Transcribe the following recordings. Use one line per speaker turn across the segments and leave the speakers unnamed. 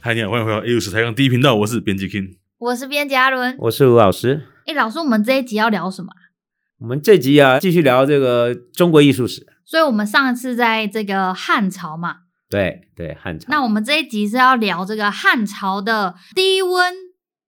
嗨，你好，欢迎回到 A 五十台杠第一频道，我是编辑 King。
我是编辑阿伦。
我是吴老师。
哎，老师，我们这一集要聊什么啊？
我们这集啊，继续聊这个中国艺术史。
所以我们上次在这个汉朝嘛，
对对，汉朝。
那我们这一集是要聊这个汉朝的低温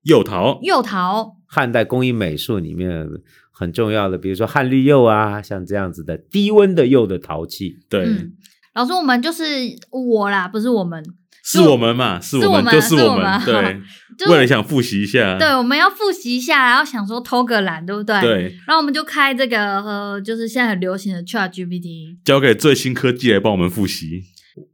幼桃，
釉陶。
汉代工艺美术里面很重要的，比如说汉绿釉啊，像这样子的低温的釉的陶器。
对，
嗯，老师，我们就是我啦，不是我们，
是我们嘛，是我们，
是我们
就是我们。
是我
对
们，就是
为了想复习一下，
对，我们要复习一下，然后想说偷个懒，对不对？。
对，
然后我们就开这个呃，就是现在很流行的 Chat GPT。
交给最新科技来帮我们复习。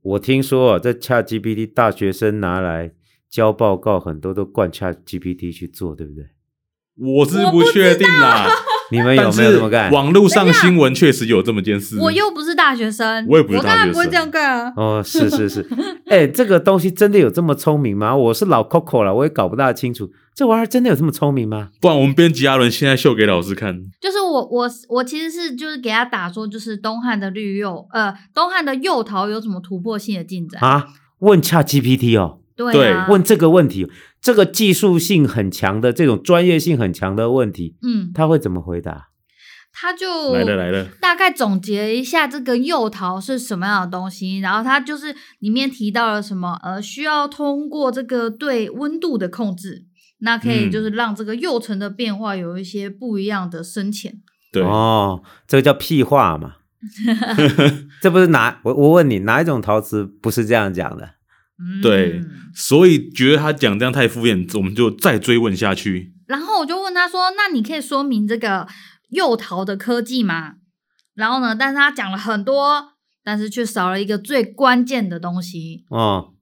我听说、啊、这 ChatGPT 大学生拿来交报告，很多都灌 ChatGPT 去做，对不对？
我是确定啦，
你们有
但
没有
是
这么干？
网络上新闻确实有这么件事。
我又不是大学生，
我也不是大
当然
学
不会这
生
样干啊。
哦，是是是，哎、这个东西真的有这么聪明吗？我是老 Coco 了，我也搞不大清楚，这玩意儿真的有这么聪明吗？
不然我们编辑阿伦现在秀给老师看。
就是我我我其实是就是给他打说，就是东汉的绿釉，呃，东汉的釉陶有什么突破性的进展？
啊，问 ChatGPT 哦，
对啊，
问这个问题，这个技术性很强的、这种专业性很强的问题，
嗯，
他会怎么回答？
他就
来了来了，
大概总结一下这个釉陶是什么样的东西，然后它就是里面提到了什么，呃，需要通过这个对温度的控制，那可以
嗯
就是让这个釉层的变化有一些不一样的深浅。
对，
哦，这个叫屁话嘛。这不是哪我我问你哪一种陶瓷不是这样讲的？
嗯，
对所以觉得他讲这样太敷衍，我们就再追问下去。
然后我就问他说：“那你可以说明这个幼桃的科技吗？”然后呢，但是他讲了很多，但是却少了一个最关键的东西，
哦，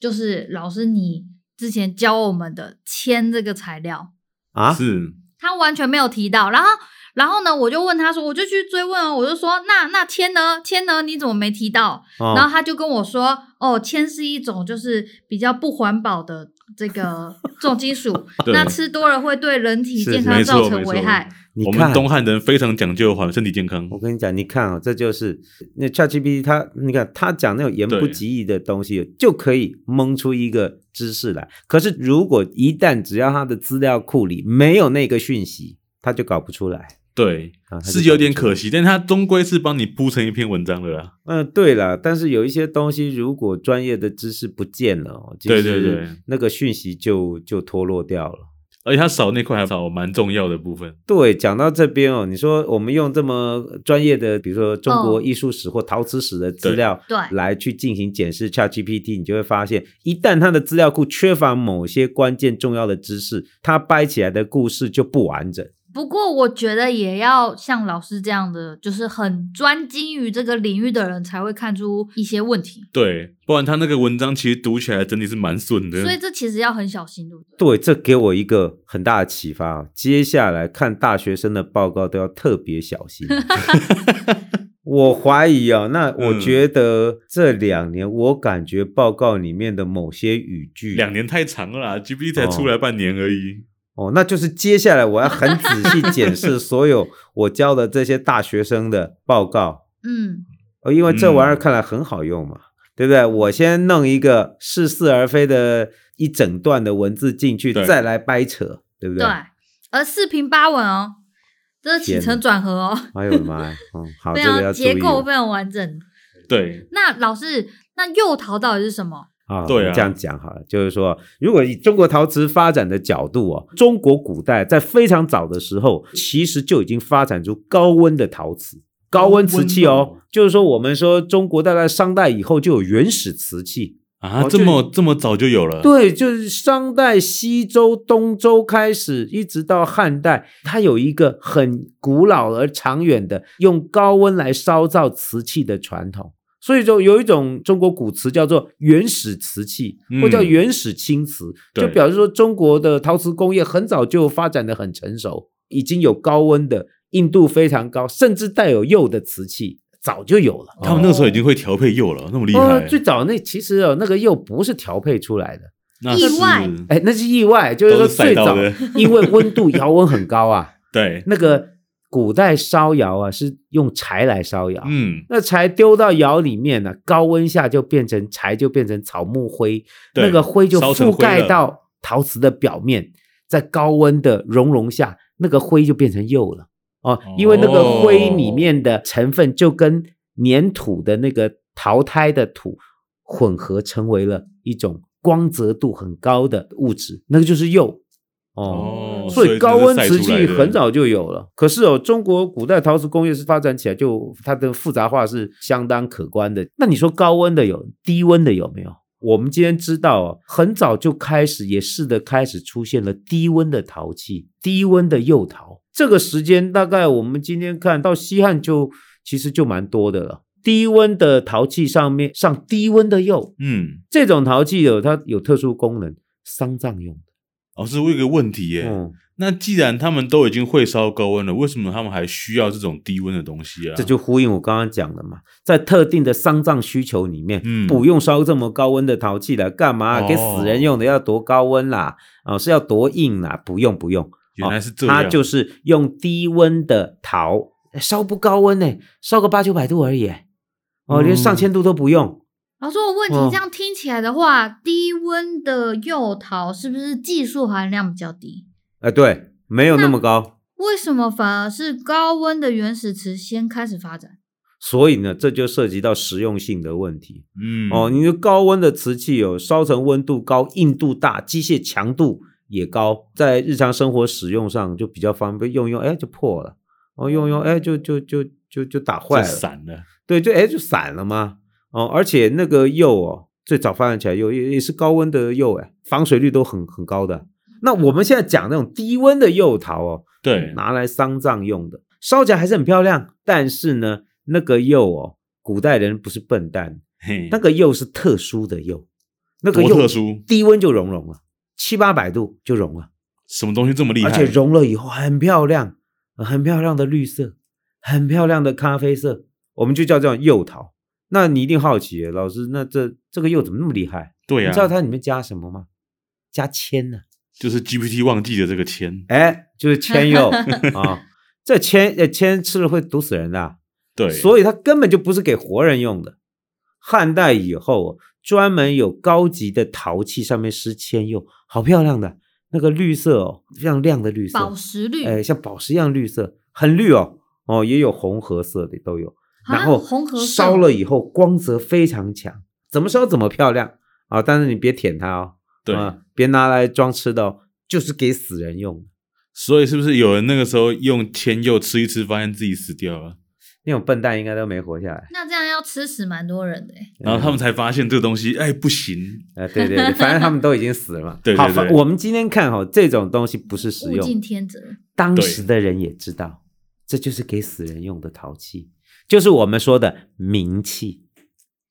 就是老师你之前教我们的铅这个材料，
啊，
是
他完全没有提到。然后，然后呢，我就问他说，我就去追问哦，我就说：“那那铅呢？铅呢？你怎么没提到？”然后
哦，
他就跟我说：“哦，铅是一种就是比较不环保的这个重金属，
对
那吃多了会对人体
是
健
是
康
没
造
错
成
没错
危害。”
你
我
看
们，东汉人非常讲究环身体健康
我。跟你讲，你看啊、哦，这就是那 ChatGPT 它，你看它讲那种言不
对
及义的东西，就可以蒙出一个知识来。可是如果一旦只要它的资料库里没有那个讯息，它就搞不出来。
对，
啊，
是有点可惜，但他终归是帮你铺成一篇文章的啊啦。
嗯、呃对了，但是有一些东西，如果专业的知识不见了哦，其
对
实
对对，
那个讯息就就脱落掉了。
而且他少那块还少蛮重要的部分。
对，讲到这边哦，你说我们用这么专业的，比如说中国
哦
艺术史或陶瓷史的资料，
对
来去进行检视 ChatGPT，你就会发现，一旦它的资料库缺乏某些关键重要的知识，它掰起来的故事就不完整。
不过我觉得也要像老师这样的，就是很专精于这个领域的人才会看出一些问题，
对，不然他那个文章其实读起来整体是蛮顺的。
所以这其实要很小心，对不对？
对，这给我一个很大的启发啊！接下来看大学生的报告都要特别小心。 我怀疑啊，那
嗯
我觉得这两年，我感觉报告里面的某些语句，
两年太长了啦，GPT 才出来半年而已。
哦，那就是接下来我要很仔细检 视所有我教的这些大学生的报告，
嗯，
哦，因为这玩意儿
嗯
看来很好用嘛，对不对？我先弄一个似是而非的一整段的文字进去，
对
再来掰扯，对不
对。而四平八稳哦，这是起
天
承
哪
转合哦，
哎呦我的妈呀！嗯，好，
非
这个
常
要注意
啊结构
了
非常完整。
对，
那老师，那幼桃到底是什么？
啊。
对啊
我们这样讲好了，就是说，如果以中国陶瓷发展的角度哦，中国古代在非常早的时候，其实就已经发展出高温的陶瓷。高温瓷器
高温
哦
哦，
就是说我们说中国大概商代以后就有原始瓷器，
啊，
哦
这
就
么这么早就有了。
对，就是商代、西周、东周开始，一直到汉代，它有一个很古老而长远的用高温来烧造瓷器的传统。所以说，有一种中国古瓷叫做原始瓷器，或叫
嗯
原始青瓷，就
对
表示说中国的陶瓷工业很早就发展的很成熟，已经有高温的硬度非常高，甚至带有釉的瓷器早就有了。
他们那个时候已经会调配釉了，那哦么厉
哦
害，
最早那其实哦，那个釉不是调配出来的。
那
意外
是
哎，那是意外，就是
都
说
是晒
最
到
早
的
因为温度、窑温很高啊，
对
那个古代烧窑啊是用柴来烧窑，
嗯，
那柴丢到窑里面呢、高温下就变成柴，就变成草木灰，
对
那个灰就
烧成
覆
灰
盖
了
到陶瓷的表面，在高温的熔融下，那个灰就变成釉了哦，因为那个灰里面的成分就跟粘土的那个陶胎的土混合，成为了一种光泽度很高的物质，那个就是釉哦
哦，
所以高温
所以
瓷
只是晒出来
器
的
很早就有了。可是哦，中国古代陶瓷工业是发展起来就它的复杂化是相当可观的。那你说高温的有，低温的有没有？我们今天知道哦，很早就开始也试着开始出现了低温的陶器，低温的釉陶。这个时间大概我们今天看到西汉就其实就蛮多的了。低温的陶器上面上低温的釉，
嗯，
这种陶器有它有特殊功能，丧葬用
老师，我哦有个问题耶、
的。嗯，
那既然他们都已经会烧高温了，为什么他们还需要这种低温的东西啊？
这就呼应我刚刚讲的嘛，在特定的丧葬需求里面，
嗯
不用烧这么高温的陶器了，干嘛、
哦
给死人用的要多高温啦？啊、是要多硬啦？不用不用，
原来是这样，
它啊就是用低温的陶，烧不高温呢、烧个八九百度而已、哦，连
嗯
上千度都不用。
老师，我问题
哦
这样听起来的话，低温的釉陶是不是技术含量比较低？
啊、对，没有那么高。
为什么反而是高温的原始瓷先开始发展？
所以呢，这就涉及到实用性的问题。
嗯
哦，你的高温的瓷器有烧成温度高、硬度大、机械强度也高，在日常生活使用上就比较方便，用一用哎就破了，哦用一用哎就就就就就打坏
这
了，
散了，
对，就哎就散了嘛。哦，而且那个釉哦，最早发展起来釉也也是高温的釉哎，防水率都很很高的。那我们现在讲那种低温的釉陶哦，
对，
拿来丧葬用的，烧起来还是很漂亮，但是呢，那个釉哦，古代人不是笨蛋，
嘿
那个釉是特殊的釉，那个
多
釉
特殊，
低温就熔融了，七八百度就融了，
什么东西这么厉害？
而且融了以后很漂亮，呃很漂亮的绿色，很漂亮的咖啡色，我们就叫这种釉陶。那你一定好奇，老师，那这这个釉怎么那么厉害？
对啊
你
呀、
知道它里面加什么吗？加铅呢、
就是 GPT 忘记了这个铅，
哎，就是铅釉 啊。这铅呃铅吃了会毒死人的啊、
对，
所以它根本就不是给活人用的。汉代以后哦，专门有高级的陶器，上面施铅釉，好漂亮的那个绿色哦，非常亮的绿色，
宝石绿，
哎，像宝石一样绿色，很绿哦，哦，也有红褐色的都有。
啊
然后
红褐色
烧了以后，光泽非常强，怎么烧怎么漂亮啊！但是你别舔它哦，
对、
啊，别拿来装吃的哦，就是给死人用的。
所以是不是有人那个时候用铅釉吃一吃，发现自己死掉了，
那种笨蛋应该都没活下来。
那这样要吃死蛮多人的、欸。
然后他
嗯
们才发现这个东西，哎，不行，
啊，对对对，反正他们都已经死了嘛。
对对
好
对
反我们今天看哈、这种东西不是实
物竞
用，
天择，
当时的人也知道，这就是给死人用的陶器，就是我们说的名器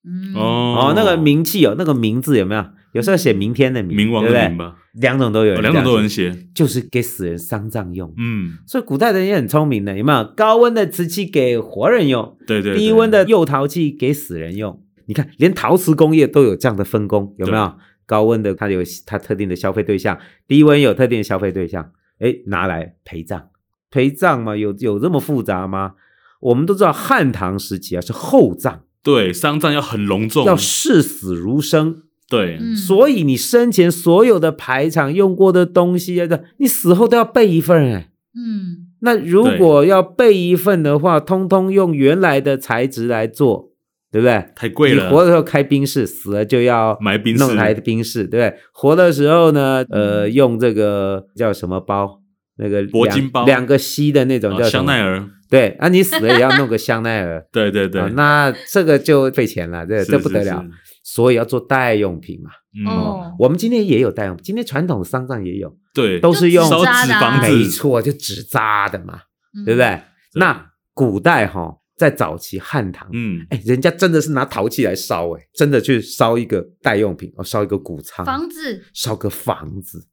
嗯，
哦
哦那个名器有、那个名字有没有？有时候写明天的名，
冥王
对不
的
对
冥，吧，
两种都有
哦
人这
两
样写，
种都有人写，
就是给死人丧葬用。
嗯，
所以古代的人也很聪明的，有没有？高温的瓷器给活人用，
对对对，
低温的釉陶器给死人用。你看，连陶瓷工业都有这样的分工，有没有？高温的它有它特定的消费对象，低温有特定的消费对象，哎，拿来陪葬，陪葬嘛，有有这么复杂吗？我们都知道汉唐时期啊是厚葬，
对丧葬要很隆重，
要视死如生，
对，
嗯
所以你生前所有的排场用过的东西啊，你死后都要备一份哎。
嗯，
那如果要备一份的话，通通用原来的材质来做，对不对？
太贵
你活
了，
的时候开冰室，死了就要
买冰室
弄台冰室，对不对？活的时候呢，呃，
嗯
用这个叫什么包？那个
铂金
两
包
两个吸的那种
哦
叫什
香
么
奈。儿，。
对，啊，你死了也要弄个香奈儿
对对 对
啊，那这个就费钱了，这
是
这不得了
是。是
所以要做代用品嘛。
嗯，
哦
我们今天也有代用，今天传统的丧葬也有，
对，
都是用
烧纸房
就
子，
没错，就纸扎的嘛，
啊嗯
对不？对？
对
那古代哈，在早期汉唐，
嗯，
哎，人家真的是拿陶器来烧，哎，真的去烧一个代用品，哦，烧一个谷仓，
房子，
烧个房子，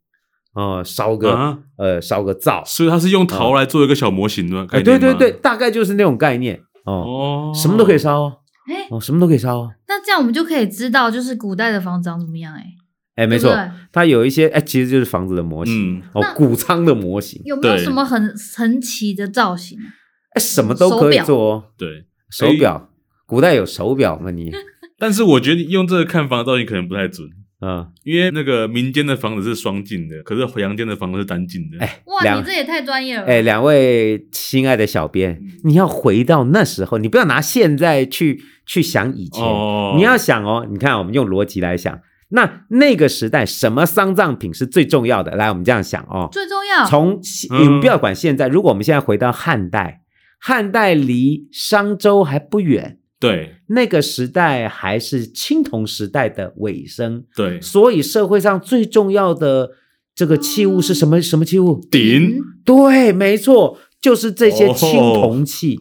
哦，烧个、
啊
呃，烧个灶，
所以他是用陶来做一个小模型的概
哎，
念
对
吗，
对对，大概就是那种概念哦，
哦，
什么都可以，烧哦，
哎，
哦，什么都可以烧哦，
那这样我们就可以知道，就是古代的房子长怎么样、欸，哎，
哎，没错
对不，对
它有一些哎，其实就是房子的模型，
嗯，
哦
那，
谷仓的模型，
有没有
对
什么很神奇的造型啊？
哎，什么都可以
手表
做哦。
对，
手
所以
表，古代有手表吗？你，
但是我觉得你用这个看房造型可能不太准，
嗯，
因为那个民间的房子是双进的，可是阳间的房子是单进的。
哎，
哇，
两
你这也太专业了吧。
哎，两位亲爱的小编，
嗯
你要回到那时候，你不要拿现在去去想以前，
哦，
你要想哦，你看我们用逻辑来想，那那个时代什么丧葬品是最重要的？来，我们这样想哦，
最重要，
从西
嗯
你们不要管现在，如果我们现在回到汉代，汉代离商周还不远，
对
那个时代还是青铜时代的尾声，
对
所以社会上最重要的这个器物是什么？什么器物？
顶
对，没错，就是这
哦
些青铜器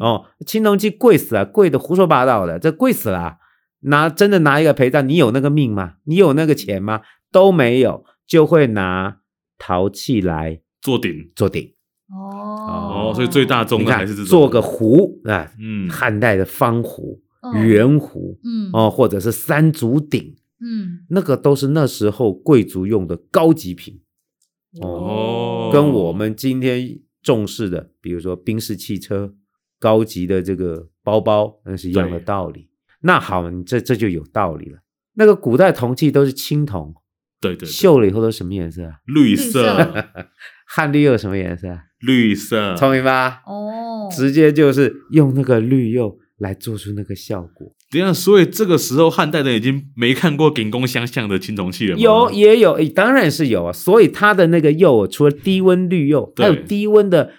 嗯
哦青铜器贵死了，贵的胡说八道的，这贵死了啊、拿真的拿一个陪葬，你有那个命吗？你有那个钱吗？都没有，就会拿陶器来
做顶
做顶。
哦
哦，所以最大众
你
的
看
还是这，种
做个壶啊，
嗯
汉代的方壶、
嗯
圆壶
嗯
哦，或者是三足鼎，
嗯
那个都是那时候贵族用的高级品，
哦
跟我们今天重视的，比如说宾士汽车、高级的这个包包，那是一样的
对
道理。那好，你这这就有道理了。那个古代铜器都是青铜，
对对对
锈了以后都什么颜色啊？
绿
色
色
汗绿釉什么颜色啊？
绿色
聪明吧？
哦，
直接就是用那个绿釉来做出那个效果。
等一下，所以这个时候汉代人已经没看过仅供相像的青铜器了吗？
有也有，诶当然是有啊。所以它的那个釉，除了低温绿釉，还有
对
低温的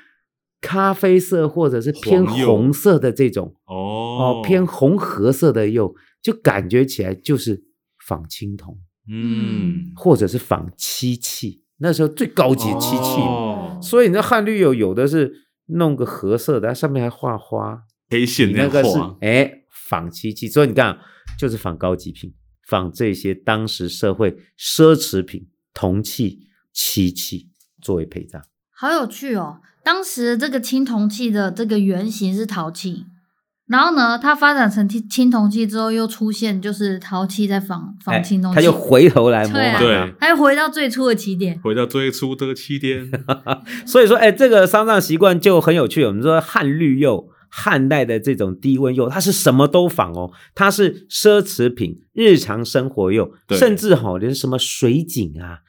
咖啡色或者是偏
黄釉
红色的这种
哦
哦，偏红褐色的釉，就感觉起来就是仿青铜
嗯
或者是仿漆器，那时候最高级漆器。
哦
所以那汉绿釉有的是弄个褐色的，它上面还画花，
黑线
你那
样
个是
画，
哎仿漆器，所以你看啊就是仿高级品，仿这些当时社会奢侈品、铜器、漆器作为陪葬。
好有趣哦！当时这个青铜器的这个原型是陶器，然后呢，它发展成青青铜器之后，又出现就是陶器在仿仿
哎
青铜器，
他又回头来模
对啊
仿它
对，
它又回到最初的起点。
回到最初的起点，
所以说，哎，这个丧葬习惯就很有趣。我们说汉绿釉，汉代的这种低温釉，它是什么都仿哦，它是奢侈品、日常生活釉，
对
甚至哈、连什么水井啊、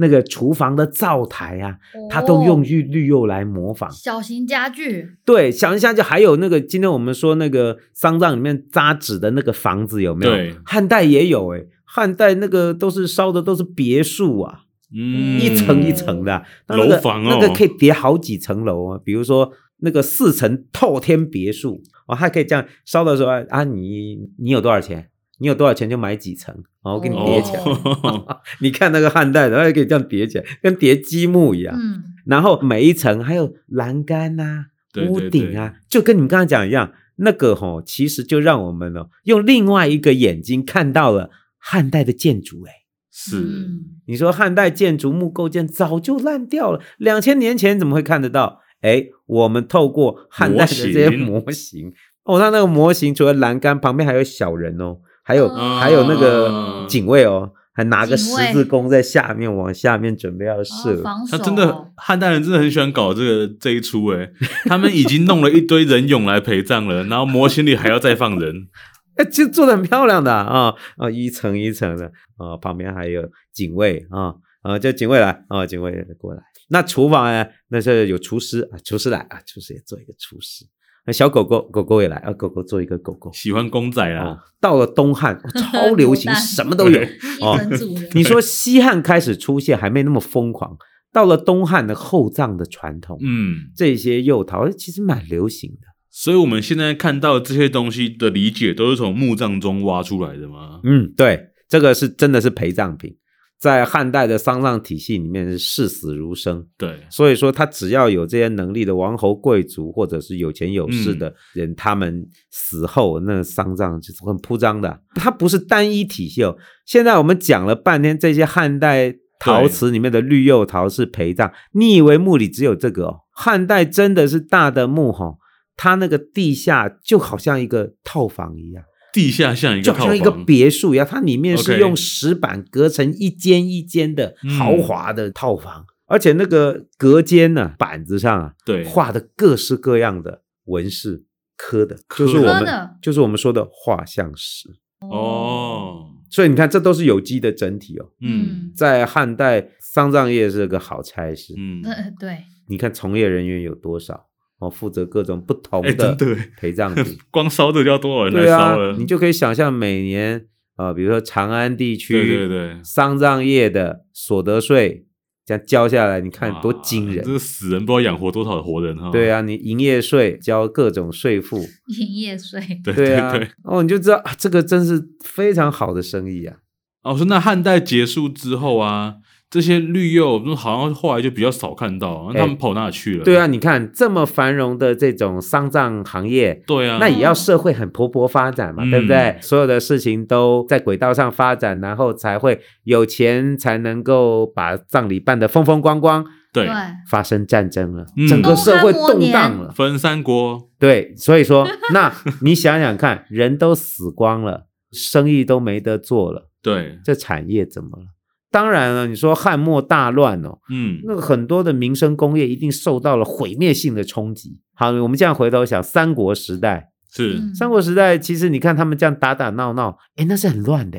那个厨房的灶台啊，它都用
哦
绿绿釉来模仿。
小型家具，
对，想一下，就还有那个今天我们说那个丧葬里面扎纸的那个房子有没有？
对
汉代也有哎、汉代那个都是烧的都是别墅啊。
嗯，
一层一层的啊、那那
楼
个
房
那个
哦
可以叠好几层楼啊。比如说那个四层透天别墅哦，它可以这样烧的时候啊啊，你你有多少钱？你有多少钱就买几层，哦，我给你叠起来。
哦，
你看那个汉代的，它也可以这样叠起来，跟叠积木一样。
嗯，
然后每一层还有栏杆呐、
对对
屋顶啊，就跟你们刚才讲一样，那个吼、其实就让我们哦用另外一个眼睛看到了汉代的建筑、哎。
是
嗯
你说汉代建筑木构件早就烂掉了，两千年前怎么会看得到？哎，我们透过汉代的这些
模型
模型，哦，它那个模型除了栏杆旁边还有小人哦，还有、
哦
还有那
啊
个警卫哦，还拿个
警
十
卫
字弓在下面往下面准备要射。
哦防守
他真的汉代人真的很喜欢搞这个这一出哎、 他们已经弄了一堆人俑来陪葬了，然后模型里还要再放 人，
哎，就做的很漂亮的啊啊，一层一层的啊，旁边还有警卫啊啊，叫警卫来啊，警卫过来。那厨房呢？那是有厨师啊，厨师来啊，厨师也做一个厨师。那小狗狗狗狗也来啊，狗狗做一个狗狗。
喜欢公仔啦，
啊，到了东汉超流行，
多蛋
什么都有。哦
一整组人，
你说西汉开始出现还没那么疯狂，到了东汉的厚葬的传统，
嗯，
这些釉陶其实蛮流行的。
所以我们现在看到这些东西的理解都是从墓葬中挖出来的吗？
嗯，对，这个是真的是陪葬品，在汉代的丧葬体系里面是视死如生，
对，
所以说他只要有这些能力的王侯贵族或者是有钱有势的人，他们死后那丧葬就是很铺张的，它不是单一体系哦。现在我们讲了半天这些汉代陶瓷里面的绿釉陶是陪葬，你以为墓里只有这个哦？汉代真的是大的墓吼、它那个地下就好像一个套房一样。
地下像一个
就
套
好
房，
像一个别墅一样，它里面是
OK
用石板隔成一间一间的
嗯
豪华的套房。而且那个隔间呢、板子上啊，
对，
画的各式各样的纹饰刻的，
刻
就是我
刻
们
的
就是我们说的画像石。
哦，
所以你看，这都是有机的整体哦。
嗯
在汉代，丧葬业是个好差事。
嗯，
呃 对，
你看从业人员有多少？哦，负责各种不同
哎，真
的
的耶，
陪葬品。
光烧这就要多少人来
嗯对
烧
啊
了？，
你就可以想象每年呃，比如说长安地区，
对对对，
丧葬业的所得税这样交下来，你看多惊
哇这
人。
个死人不知道养活多少活人哈。
对
啊，
啊，你营业税交各种税负，
营业税，
对
对啊，
对。
哦，你就知道啊这个真是非常好的生意啊。
哦，说那汉代结束之后啊，这些绿釉嗯好像后来就比较少看到，那他们跑哪去了？
对啊，，你看这么繁荣的这种丧葬行业，
对啊，
那也要社会很蓬勃发展嘛，
嗯
对不对？所有的事情都在轨道上发展，然后才会有钱，才能够把葬礼办得风风光光。
对，
发生战争了，
嗯
整个社会动荡了。
分三国，
对，所以说，那你想想看，人都死光了，生意都没得做了，
对，
这产业怎么了？当然了，你说汉末大乱哦，
嗯，
那很多的民生工业一定受到了毁灭性的冲击。好，我们这样回头想，三国时代，
是
嗯
三国时代其实你看他们这样打打闹闹，哎，那是很乱的，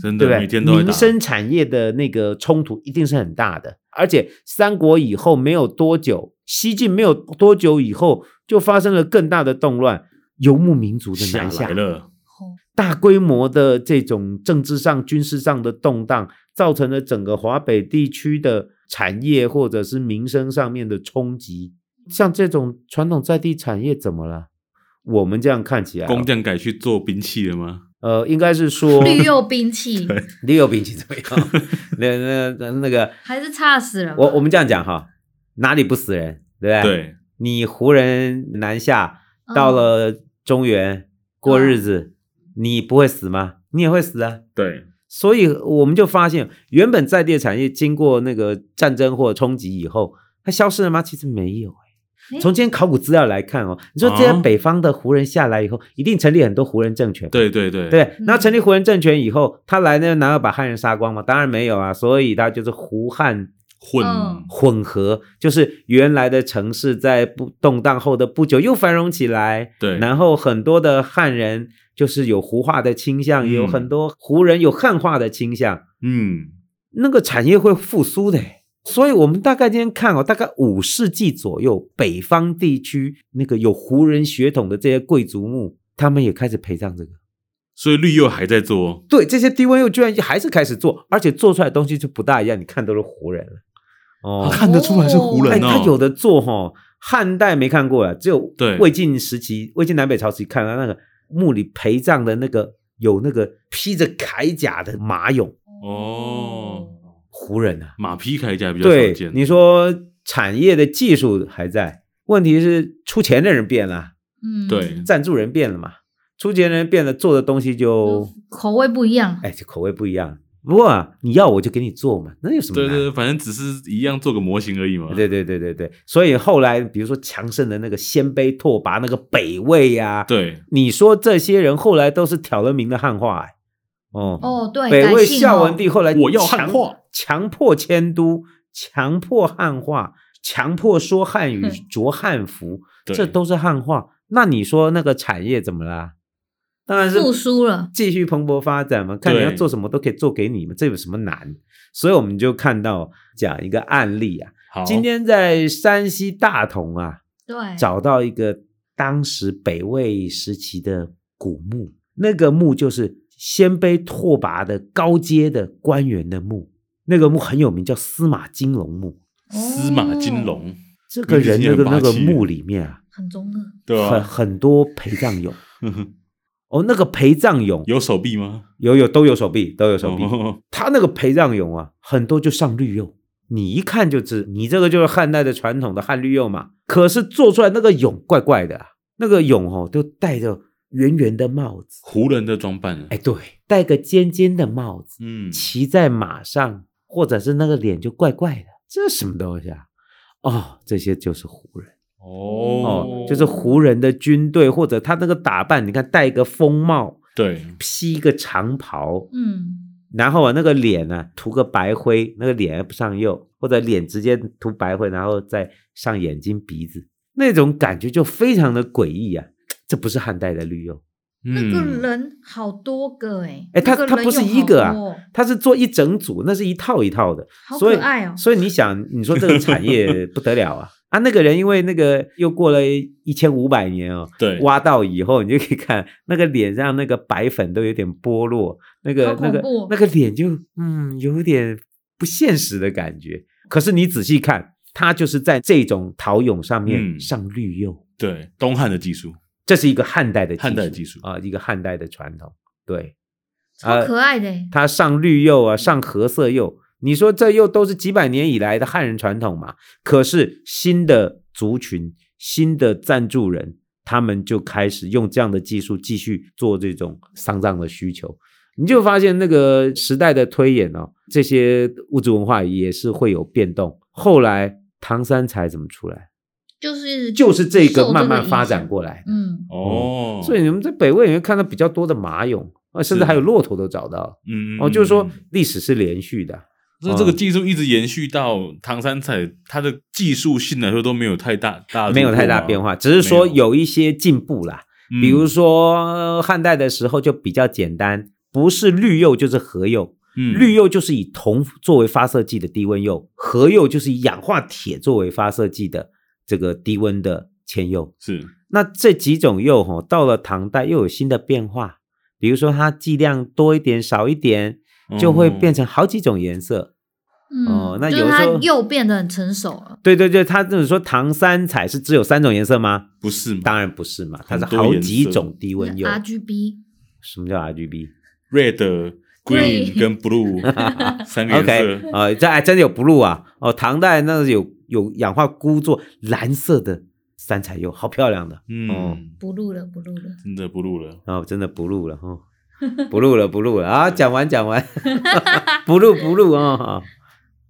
真
对
的
不对？
每天都在打
民生产业的那个冲突一定是很大的，而且三国以后没有多久，西晋没有多久以后就发生了更大的动乱，游牧民族的南
下
下，
来了，
哦
大规模的这种政治上、军事上的动荡，造成了整个华北地区的产业或者是民生上面的冲击。像这种传统在地产业怎么了？我们这样看起来哦，
工匠改去做兵器了吗？
呃，应该是说
绿 釉兵器
李友平请怎么样？ 那那那那个
还是差死了吧。
我我们这样讲哈，哪里不死人，对不对？，啊
对，
你胡人南下
嗯
到了中原、过日子，你不会死吗？你也会死啊。
对，
所以我们就发现，原本在地的产业经过那个战争或冲击以后，它消失了吗？其实没有、欸。
诶
从今天考古资料来看哦，你说这些
啊
北方的胡人下来以后，一定成立很多胡人政权，
对对对，
对，
嗯
然后成立胡人政权以后，他来呢，难道把汉人杀光吗？当然没有啊，所以他就是胡汉
混
嗯
混合，就是原来的城市在不动荡后的不久又繁荣起来，
对
然后很多的汉人就是有胡化的倾向，
嗯
有很多胡人有汉化的倾向，
嗯，
那个产业会复苏的。所以，我们大概今天看哦，大概五世纪左右，北方地区那个有胡人血统的这些贵族墓，他们也开始陪葬这个。
所以绿釉还在做，
对，这些低温又居然还是开始做，而且做出来的东西就不大一样。你看都是胡人了，哦，
看得出来是胡
哎，
人
他
哦，
有的做哈，汉代没看过啊，只有
对
魏晋时期、魏晋南北朝时期看到那个墓里陪葬的那个有那个披着铠甲的马俑，
哦，
胡人啊，
马匹铠甲比较少
对，
见，
你说产业的技术还在，问题是出钱的人变了，
嗯，
对，
赞助人变了嘛，出钱的人变了，做的东西就
口味不一样，
哎，这口味不一样。不过、啊、你要我就给你做嘛，那有什么
对
难？
对对，反正只是一样做个模型而已嘛，
对对对对对，所以后来比如说强盛的那个鲜卑拓跋、那个北魏啊呀、
对，
你说这些人后来都是挑了名的汉化、哎，哦，
哦，对，
北
改
魏
姓
孝
哦
文帝后来
我要
强
汉化，
强迫迁都，强迫汉化，强迫说汉语、
哼
着汉服，
对
这都是汉化。那你说那个产业怎么啦？当然是
复苏了，
继续蓬勃发展嘛，看你
对
要做什么都可以做给你们，这有什么难？所以我们就看到讲一个案例啊，
好，
今天在山西大同啊，
对，
找到一个当时北魏时期的古墓，那个墓就是鲜卑拓跋的高阶的官员的墓，那个墓很有名，叫司马金龙墓。
司马金
哦
龙，
这个人那个
名字也
那
很
个
霸气
墓里面啊，
很中二，
对吧？
很很多陪葬俑。哦，那个陪葬俑
有手臂吗？
有有都有手臂，都有手臂。
哦
他那个陪葬俑啊，很多就上绿釉，你一看就知，你这个就是汉代的传统的汉绿釉嘛。可是做出来那个俑怪怪的啊、那个俑哦，都戴着圆圆的帽子，
胡人的装扮，啊
哎，对，戴个尖尖的帽子，
嗯，
骑在马上，或者是那个脸就怪怪的，这什么东西啊？哦，这些就是胡人哦
哦，
就是胡人的军队或者他那个打扮，你看戴一个风帽，
对，
披一个长袍，
嗯，
然后啊，那个脸啊，涂个白灰，那个脸不上釉，或者脸直接涂白灰，然后再上眼睛、鼻子，那种感觉就非常的诡异啊！这不是汉代的绿釉，
那个
嗯，
人好多个哎、
哎他
那个
他
人
不是
有
一个啊
好多哦
它是做一整组，那是一套一套的，
好
所以
可爱哦。
所以你想，你说这个产业不得了啊！啊，那个人因为那个又过了一千五百年哦，
对，
挖到以后，你就可以看那个脸上那个白粉都有点剥落，那
好
个
恐
那个
怖哦
那个脸就嗯有点不现实的感觉。可是你仔细看，它就是在这种陶俑上面
嗯
上绿釉，
对，东汉的技术，
这是一个汉代的
汉代技术
啊、一个汉代的传统。对，呃
超可爱的欸、
它上绿釉啊，上褐色釉，你说这又都是几百年以来的汉人传统嘛？可是新的族群、新的赞助人，他们就开始用这样的技术继续做这种丧葬的需求。你就发现那个时代的推演哦，这些物质文化也是会有变动。后来唐三彩怎么出来？
就是
就是这个慢慢
受这
发
影
展
响
过来的。
嗯，
哦，
所以你们在北魏里面看到比较多的马俑，啊，甚至
是
还有骆驼都找到了。
嗯，嗯
哦，就是说
嗯
历史是连续的。
所以这个技术一直延续到唐三彩，它的技术性来说都没有太大大
没有太大变化，只是说有一些进步啦。
嗯
比如说、呃汉代的时候就比较简单，不是绿釉就是和釉，
嗯
绿釉就是以铜作为发射剂的低温釉，和釉就是以氧化铁作为发射剂的这个低温的铅釉。
是
那这几种釉吼，到了唐代又有新的变化，比如说它剂量多一点、少一点，
哦
就会变成好几种颜色。
嗯，
哦那
就
有
是
时
它
候
又变得很成熟了。
对对对，它就是说唐三彩是只有三种颜色吗？
不是嘛
当然不是嘛，它
很
是
多
好
颜
几
色
种低温釉。
啊 RGB
什么叫 RGB？
red、
Green
green 跟 blue 三个
OK，
颜色，
呃，这还真的有 blue 啊，哦，唐代那个有有氧化钴做蓝色的三彩釉，好漂亮的哦
嗯，
不录了，不录了。
真的 blue 了，
哦，真的 blue 了哦，blue 了 blue 了啊，讲完讲完 ，blue blue 啊、哦，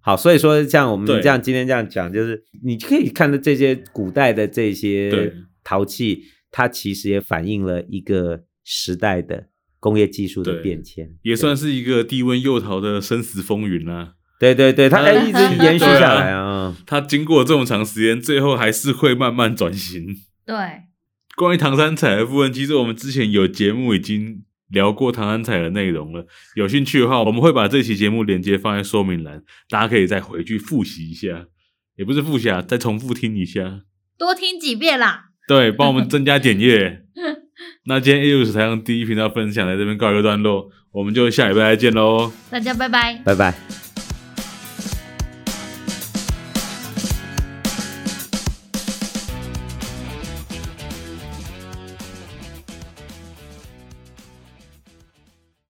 好，所以说像我们
对
这样今天这样讲，就是你可以看到这些古代的这些
对
陶器，它其实也反映了一个时代的工业技术的
对
变迁，
也
对
算是一个低温幼桃的生死风云啦。
对对对，它
嗯
哎一直延续
对啊
下来啊。
它经过这么长时间，最后还是会慢慢转型。
对，
关于唐三彩的部分，其实我们之前有节目已经聊过唐三彩的内容了。有兴趣的话，我们会把这期节目连接放在说明栏，大家可以再回去复习一下，也不是复习啊，再重复听一下。
多听几遍啦。
对，帮我们增加点阅。那今天 A 五十台上第一频道分享在这边告一个段落，我们就下礼拜再见喽。
大家拜拜。
拜拜。